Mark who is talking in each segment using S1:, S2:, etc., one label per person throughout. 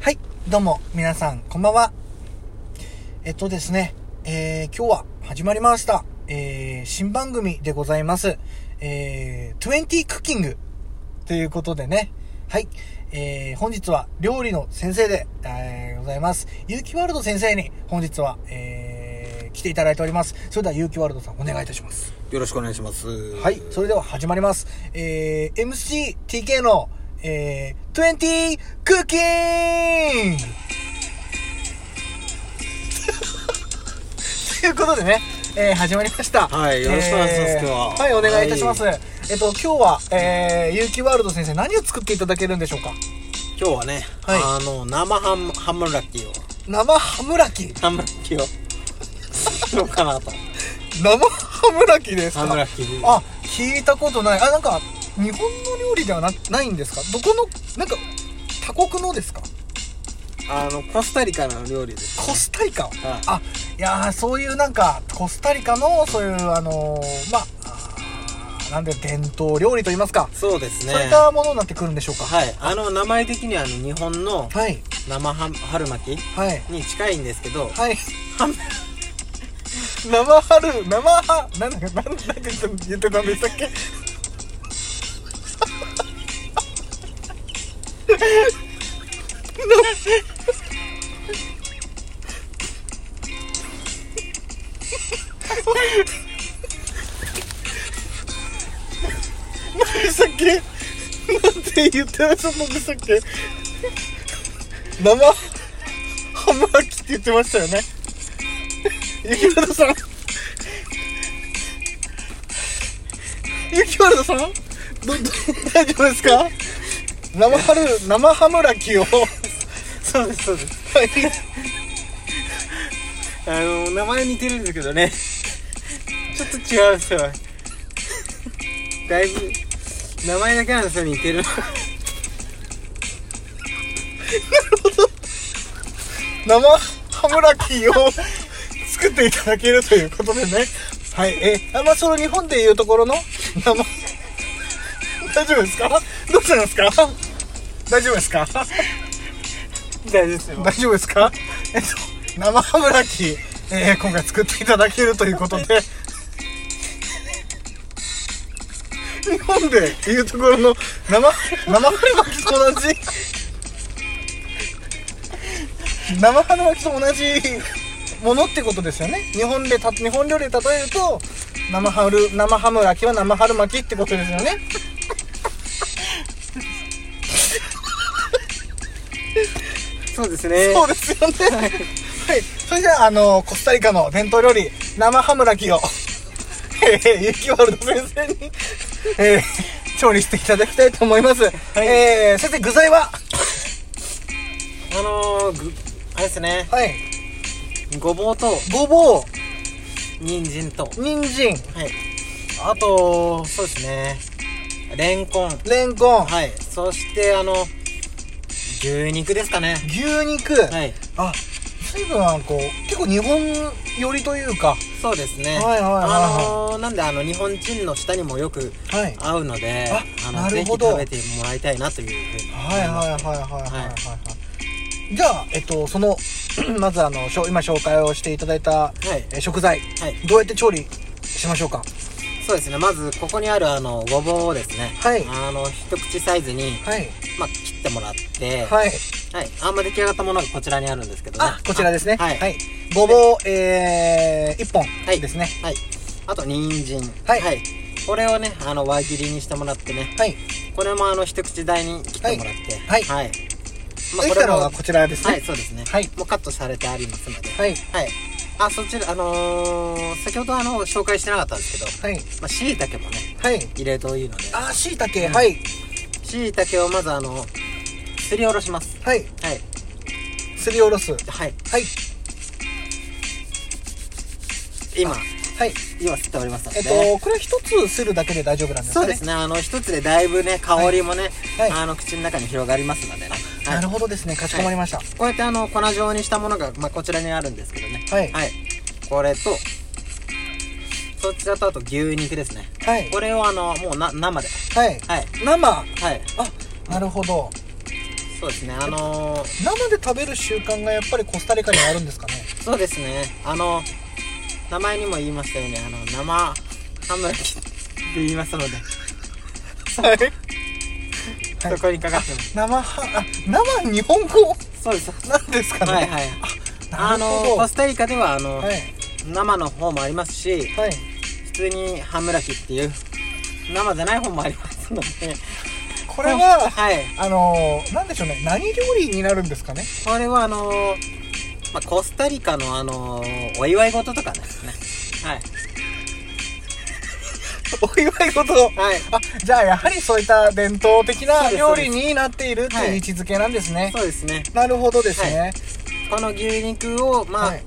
S1: はい、どうも、皆さん、こんばんは。えっとですね、えー、今日は始まりました、えー、新番組でございます。えー、20クッキングということでね、はい、えー、本日は料理の先生で、えー、ございます。ゆうきワールド先生に本日は、えー、来ていただいております。それではゆうきワールドさん、お願いいたします。
S2: よろしくお願いします。は
S1: はい、それでは始まります。えー、MCTK の、えー、20クッキングということでね、えー、始まりました。
S2: はいよろしくお願いします
S1: えー
S2: 今日は
S1: はい、お願いいたします。えっと、今日は、えー、ゆうきワールド先生、何を作っていただけるんでしょうか
S2: 今日はね、
S1: はい
S2: あの、生ハム、ハムラッキーを、
S1: 生ハムラキ。
S2: ハムラッキーを、作ろうかなと。
S1: 生ハムラキですか
S2: ハムラキー
S1: あ、聞いたことない。あ、なんか、日本の料理ではなないんですかどこの、なんか、他国のですか
S2: あの、コスタリカの料理です。
S1: コスタリカ、
S2: い
S1: あいやーそういうなんかコスタリカのそういうあのーまああーなんで伝統料理といいますか、
S2: そうですね。
S1: そういったものになってくるんでしょうか
S2: はい。あの、名前的には、あの、日本の
S1: はい
S2: 生ハム、春巻き
S1: はい
S2: に近いんですけど、
S1: はい
S2: ハム、
S1: 生春生はなんだかなんだか言ってたんでしたっけ何でしたっけなんて言ってらっしゃったんでしたっけ生ハムラキって言ってましたよねゆきわらださんゆきわらださんどど大丈夫ですか生春生ハムラキをは
S2: そうです、そうです。
S1: い
S2: あの、名前似てるんですけどね、 ちょっと違うんです よ。だいぶ、名前だけなんですよ、似てる。
S1: 生ハムラキを作っていただけるということでねはいえあまあその日本でいうところの生大丈夫ですかどうしたんですか大丈夫ですか
S2: 大丈夫ですよ。
S1: 大丈夫ですか えっと生ハムラキ、えー今回作っていただけるということで 日本でいうところの生生春巻きと同じ 生春巻きと同じものってことですよね日本でた日本料理で例えると生春生ハムラキは生春巻きってことですよね
S2: そうですね。
S1: そうですよね。はい。それじゃあ、あの、コスタリカの伝統料理、生ハムラキを、 えー、ゆきワールド先生に、えー、調理していただきたいと思います。えー、先生、具材は
S2: あのー、ぐあれですね
S1: はい。
S2: ごぼうと
S1: ごぼ
S2: 人参と
S1: う、人参、
S2: はいあとそうですねレンコン
S1: レンコン、
S2: はいそしてあの牛肉ですかね
S1: 牛肉。
S2: はい
S1: あ、随分あの、こう、結構日本寄りというか、
S2: そうですね
S1: はいはいはいはい
S2: あのー、なんであの日本人の舌にもよく
S1: はい。
S2: 合うので
S1: あ
S2: あ
S1: な
S2: の
S1: る
S2: ぜひ
S1: ほど
S2: 食べてもらいたいなというふうに
S1: はいはいはいはいはいはい
S2: は
S1: はい。じゃあ、えっと、その、 まずあの、しょ今紹介をしていただいた、
S2: はい
S1: えー食材、
S2: はい
S1: どうやって調理しましょうか
S2: そうですねまずここにあるあのごぼうをですね
S1: はい
S2: あの一口サイズに、
S1: はい
S2: まあ、切ってもらって
S1: はい
S2: はい、あんま出来上がったものがこちらにあるんですけどね
S1: あこちらですね
S2: は
S1: はいい、ごぼうえー、1本
S2: はい
S1: ですね
S2: はい。あと、人参。
S1: はい
S2: これをね、あの、輪切りにしてもらってね。
S1: はい
S2: これも、あの、一口大に切ってもらって。
S1: はい
S2: はい。ま
S1: できたのがこちらです
S2: はい、
S1: ね
S2: そうですね。
S1: はい
S2: もうカットされてありますので。
S1: はい
S2: はい。あ、そちら、あのー先ほど、あの、紹介してなかったんですけど、
S1: はい
S2: まあ、椎茸もね、
S1: はい
S2: 入れるといいので、
S1: あしいたけはい
S2: 椎茸をまず、あの、すりおろします。
S1: はい
S2: はい。
S1: すりおろすは
S2: はい。
S1: い
S2: 今、
S1: はい
S2: 今、すっておりますので。
S1: えっとこれは一つするだけで大丈夫なんですか
S2: そ
S1: ね
S2: うですね、あの、一つでだいぶね、香りもね、
S1: はいはい
S2: あの、口の中に広がりますのでね。はい
S1: なるほどですねかしこまりました
S2: こうやってあの粉状にしたものが、まあ、こちらにあるんですけどね
S1: はい
S2: これとそちらとあと牛肉ですね
S1: はい
S2: これをあのもうな生で
S1: はい
S2: はい
S1: 生
S2: はい
S1: あなるほど
S2: そうですねあのー
S1: 生で食べる習慣がやっぱりコスタリカにはあるんですかね
S2: そうですねあの名前にも言いましたよねあの生ハム焼きって言いますのではい、そこにかかってます
S1: 生はあ生日本語
S2: そうです
S1: なんですかね
S2: はいはい
S1: な
S2: あ
S1: る
S2: の
S1: ほど
S2: コスタリカではあの、
S1: はい
S2: 生の方もありますし
S1: はい
S2: 普通にハム焼きっていう生じゃない方もありますので
S1: これは
S2: はい
S1: あのー、なんでしょうね何料理になるんですか ね
S2: これはあのーまあ、コスタリカのあのーお祝い事とかですねはい
S1: お祝い事
S2: はい
S1: あじゃあやはりそういった伝統的
S2: そう
S1: な
S2: です
S1: 料理になっているって
S2: は
S1: いう
S2: い
S1: 位置づけなんですね、
S2: そうですね
S1: なるほどですね
S2: この牛肉をまあ、
S1: はい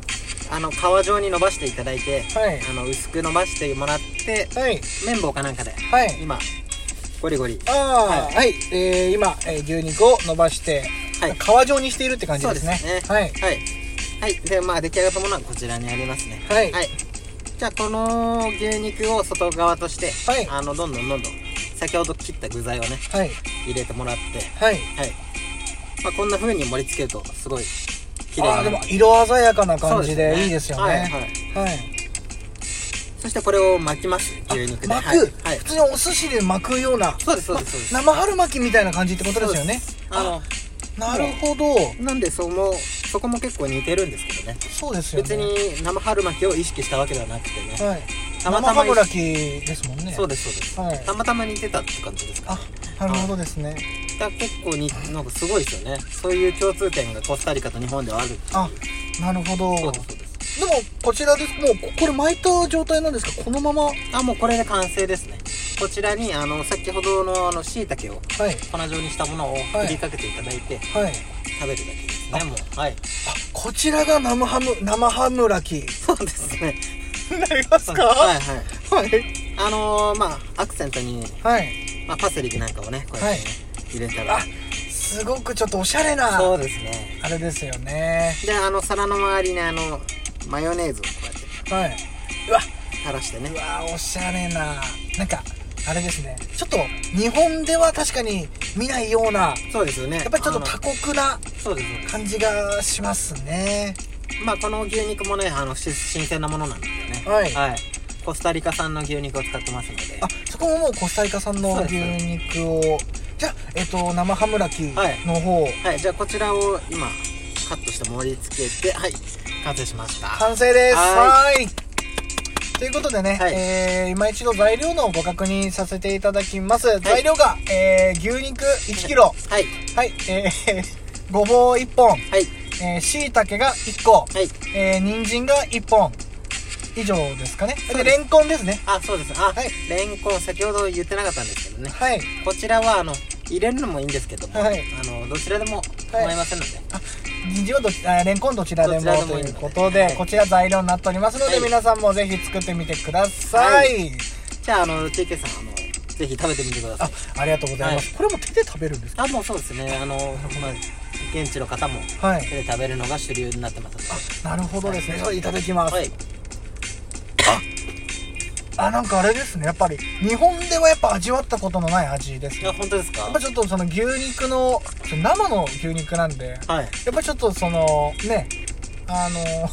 S2: あの皮状に伸ばしていただいて、
S1: はい
S2: あの薄く伸ばしてもらって
S1: はい
S2: 綿棒かなんかで
S1: はい
S2: 今ゴリゴリ
S1: ああはい、えー、今、えー牛肉を伸ばして、
S2: はい
S1: 皮状にしているって感じ
S2: そう
S1: で
S2: ですす
S1: ね
S2: ね
S1: はい
S2: はい、はい、でまあ出来上がったものはこちらにありますね
S1: はい
S2: じゃあこの牛肉を外側として、
S1: はい
S2: あのどんどんどんどん先ほど切った具材をね
S1: はい
S2: 入れてもらって
S1: はい
S2: はい、まあ、こんな風に盛り付けるとすごい綺麗
S1: あー
S2: な
S1: でも色鮮やかな感じ
S2: そう
S1: でいいですよね
S2: はいはい
S1: はい、
S2: そしてこれを巻きます牛肉で
S1: 巻く、
S2: はい、はい
S1: 普通にお寿司で巻くような
S2: そうですそうですそうです
S1: 生春巻きみたいな感じってことですよね
S2: そうですあの
S1: なるほど
S2: なんでそこもそこも結構似てるんですけどね
S1: そうですよね
S2: 別に生春巻きを意識したわけではなくてね
S1: はい、
S2: たま
S1: 生
S2: たま
S1: ハムラキですもんね
S2: そうですそうです、
S1: はい
S2: たまたま似てたって感じですか
S1: あなるほどですね
S2: だから結構になんかすごいですよねそういう共通点がコスタリカと日本ではある
S1: あなるほど
S2: そうで
S1: です
S2: そ
S1: も
S2: うです
S1: こちらですもうここれ巻いた状態なんですかこのままはい
S2: あもうこれで完成ですねこちらにあの先ほどのあの椎茸を粉状にしたものを
S1: はい
S2: 振りかけていただいて、
S1: はい
S2: 食べるだけですねもうはい
S1: あこちらが生ハム生ハムラキに
S2: そうですね
S1: なりますか
S2: はいはい
S1: はい
S2: あのー、まあアクセントに、
S1: はい
S2: まあ、パセリなんかをねこうやってね、入れたら
S1: あすごくちょっとおしゃれな
S2: そうですね
S1: あれですよね
S2: であの皿の周りにあのマヨネーズをこうやって
S1: はいうわ
S2: 垂らしてね
S1: うわおしゃれななんかあれですねちょっと日本では確かに見ないような
S2: そうですよね
S1: やっぱりちょっと多国な
S2: あのそうですそうです
S1: 感じがしますね
S2: まあこの牛肉もねあのし新鮮なものなんですよね
S1: はい
S2: コスタリカ産の牛肉を使ってますので
S1: あそこももうコスタリカ産の
S2: そう
S1: 牛
S2: です
S1: 肉をじゃあ、えっと、生ハムラキ
S2: はい
S1: の方、
S2: はいじゃあこちらを今カットして盛り付けてはい完成しました
S1: 完成ですは
S2: は
S1: ーいということでね、
S2: はい
S1: えー今一度材料のご確認させていただきます、材料が、えー牛肉 1kg
S2: はい
S1: はいえー ごぼう1本
S2: はい
S1: えしいたけが1個、
S2: はい
S1: えー人参が1本以上ですかね
S2: そう
S1: で
S2: です
S1: レンコンですね
S2: あそうです
S1: は
S2: あ、
S1: い
S2: レンコン先ほど言ってなかったんですけどね
S1: はい
S2: こちらはあの入れるのもいいんですけども、
S1: はい
S2: あのどちらでも構いませんので、
S1: 人参はどちあレンコンどちらでも
S2: どちらでも
S1: と
S2: いいの
S1: い
S2: で
S1: うことで、
S2: はい
S1: こちら材料になっておりますので、
S2: はい
S1: 皆さんもぜひ作ってみてください、
S2: はじゃああの TK さんあのぜひ食べてみてくださ
S1: あ
S2: い
S1: ありがとうございます、これも手で食べるんですか
S2: あもうそうですねあの、まあ、現地の方も
S1: はい
S2: 手で食べるのが主流になってますの
S1: なるほどですね、それいただきます、
S2: ではい
S1: あなんかあれですねやっぱり日本ではやっぱ味わったことのない味ですね
S2: あ本当ですか
S1: やっぱちょっとその牛肉のその生の牛肉なんで
S2: はい
S1: やっぱちょっとそのねあの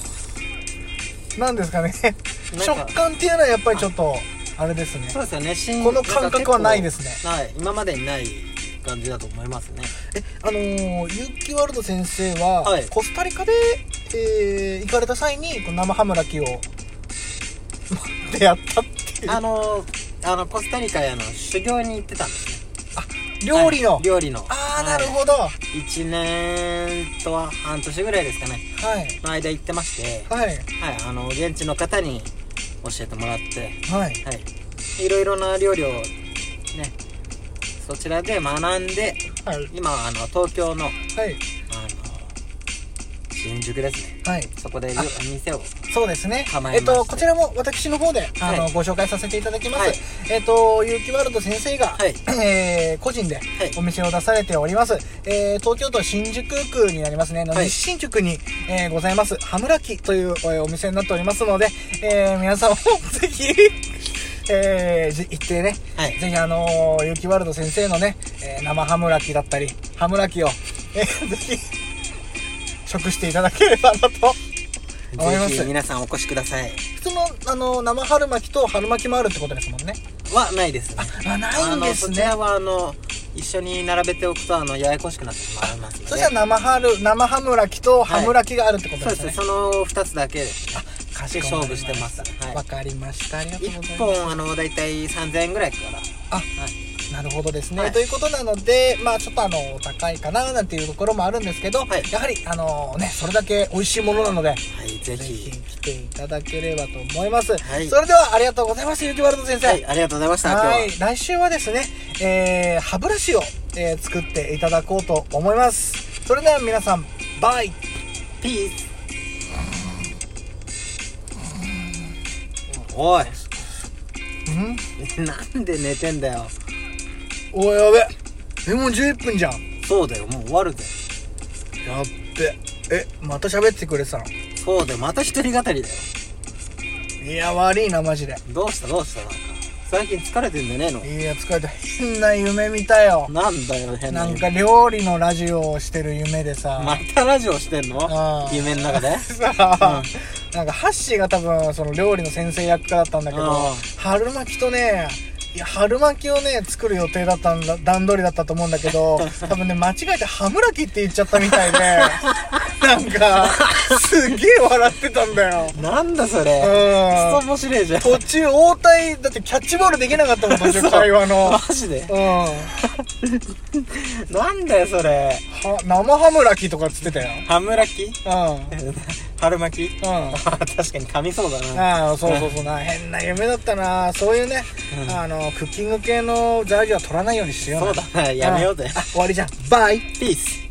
S1: なんですかね
S2: なんか
S1: 食感っていうのはやっぱりちょっとあれですね
S2: そうですよね新
S1: この感覚はないですね
S2: んか結構はい今までにない感じだと思いますね
S1: えあのーユッキーワールド先生は、
S2: はい
S1: コスタリカで、えー行かれた際にこの生ハムラキを出会ったっていう
S2: あのあのコスタリカへあの修行に行ってたんですね
S1: 料理の、
S2: はい料理の
S1: ああ
S2: は
S1: ないるほどは
S2: 1年とは半年ぐらいですかね
S1: い
S2: の間行ってまして
S1: はい
S2: はいあの現地の方に教えてもらって
S1: はい
S2: はいいろいろな料理をねそちらで学んで
S1: はい
S2: 今はあの東京のあ
S1: はい
S2: の新宿ですね
S1: はい
S2: そこでりょ店を
S1: そうですね
S2: 構。
S1: え
S2: え
S1: っ
S2: まして
S1: と、こちらも私の方で、あの、
S2: はい
S1: ご紹介させていただきます。
S2: はい
S1: えっと、ゆうきワールド先生が、
S2: はい
S1: えー個人でお店を出されております。えー東京都新宿区になりますね。の
S2: はい
S1: 西新宿に、えーございます、ハムラキという、えーお店になっておりますので、えー皆さんもぜひ、 えーじ行ってね、
S2: はい
S1: ぜひあのー、ゆうきワールド先生のね、えー生ハムラキだったり、ハムラキを、えーぜひ、食していただければなと。思いま
S2: ぜ
S1: す
S2: ひ皆さんお越しください
S1: 普通の、あの、生春巻きと春巻きもあるってことですもんね。
S2: はないですね
S1: あ、ないんです
S2: あのそち
S1: ね
S2: ら。はあの一緒に並べておくとあのややこしくなってしまいますので
S1: そしたら生春、生ハムラキとハムラキがあるってこと
S2: そ
S1: で
S2: うですす
S1: ね。
S2: ねその2つだけで
S1: か
S2: しこまりました勝負してますはい
S1: わかりました。ありがとうござい
S2: 1
S1: ます。
S2: 本あの大体3000円ぐらいから
S1: あ
S2: はい
S1: なるほどですね、
S2: はい
S1: ということなので、まあちょっとあの、お高いかななんていうところもあるんですけど、
S2: はい
S1: やはり、あのね、それだけ美味しいものなので、
S2: はいぜ
S1: ぜひ
S2: ひ
S1: 来ていただければと思います。
S2: はい
S1: それではありがとうございました、ゆきワルド先生。
S2: はいありがとうございました今日
S1: は
S2: はい
S1: 来週はですね、えー歯ブラシを、えー作っていただこうと思います。それでは皆さん、バイ
S2: ピースおい
S1: ん
S2: なんで寝てんだよ
S1: おいやべえもう11分じゃん
S2: そうだよもう終わるぜ
S1: やっべえまた喋ってくれてたの
S2: そうだよまた一人語りだよ
S1: いや悪いなマジで
S2: どうしたどうしたなんか最近疲れてんじゃねえの
S1: いや疲れた変な夢見たよ
S2: なんだよ変な
S1: な
S2: 夢
S1: んか料理のラジオをしてる夢でさ、
S2: またラジオしてんの
S1: あー
S2: 夢の中で
S1: さあ、なんかハッシーが多分その料理の先生役だったんだけど
S2: あ
S1: 春巻きとねいや春巻きをね作る予定だったんだ段取りだったと思うんだけ ど多分ね間違えてハムラキって言っちゃったみたい でなんかすげえ笑ってたんだよ
S2: なんだそれ
S1: うん
S2: クソ面白いじゃん
S1: 途中応対だってキャッチボールできなかったもん 途中
S2: 嘘
S1: 会話の
S2: マジで
S1: うんは
S2: なんだよそれ
S1: 生ハムラキとかっつってたよ
S2: ハムラキ
S1: うん
S2: 春巻き
S1: うん
S2: あ 確かに噛みそうだな
S1: ああそうそうそうな変な夢だったなそういうね、
S2: うん
S1: あのクッキング系の材料は取らないようにしよう
S2: そう
S1: な
S2: だなやめようぜ
S1: あ終わりじゃんバイ
S2: ピース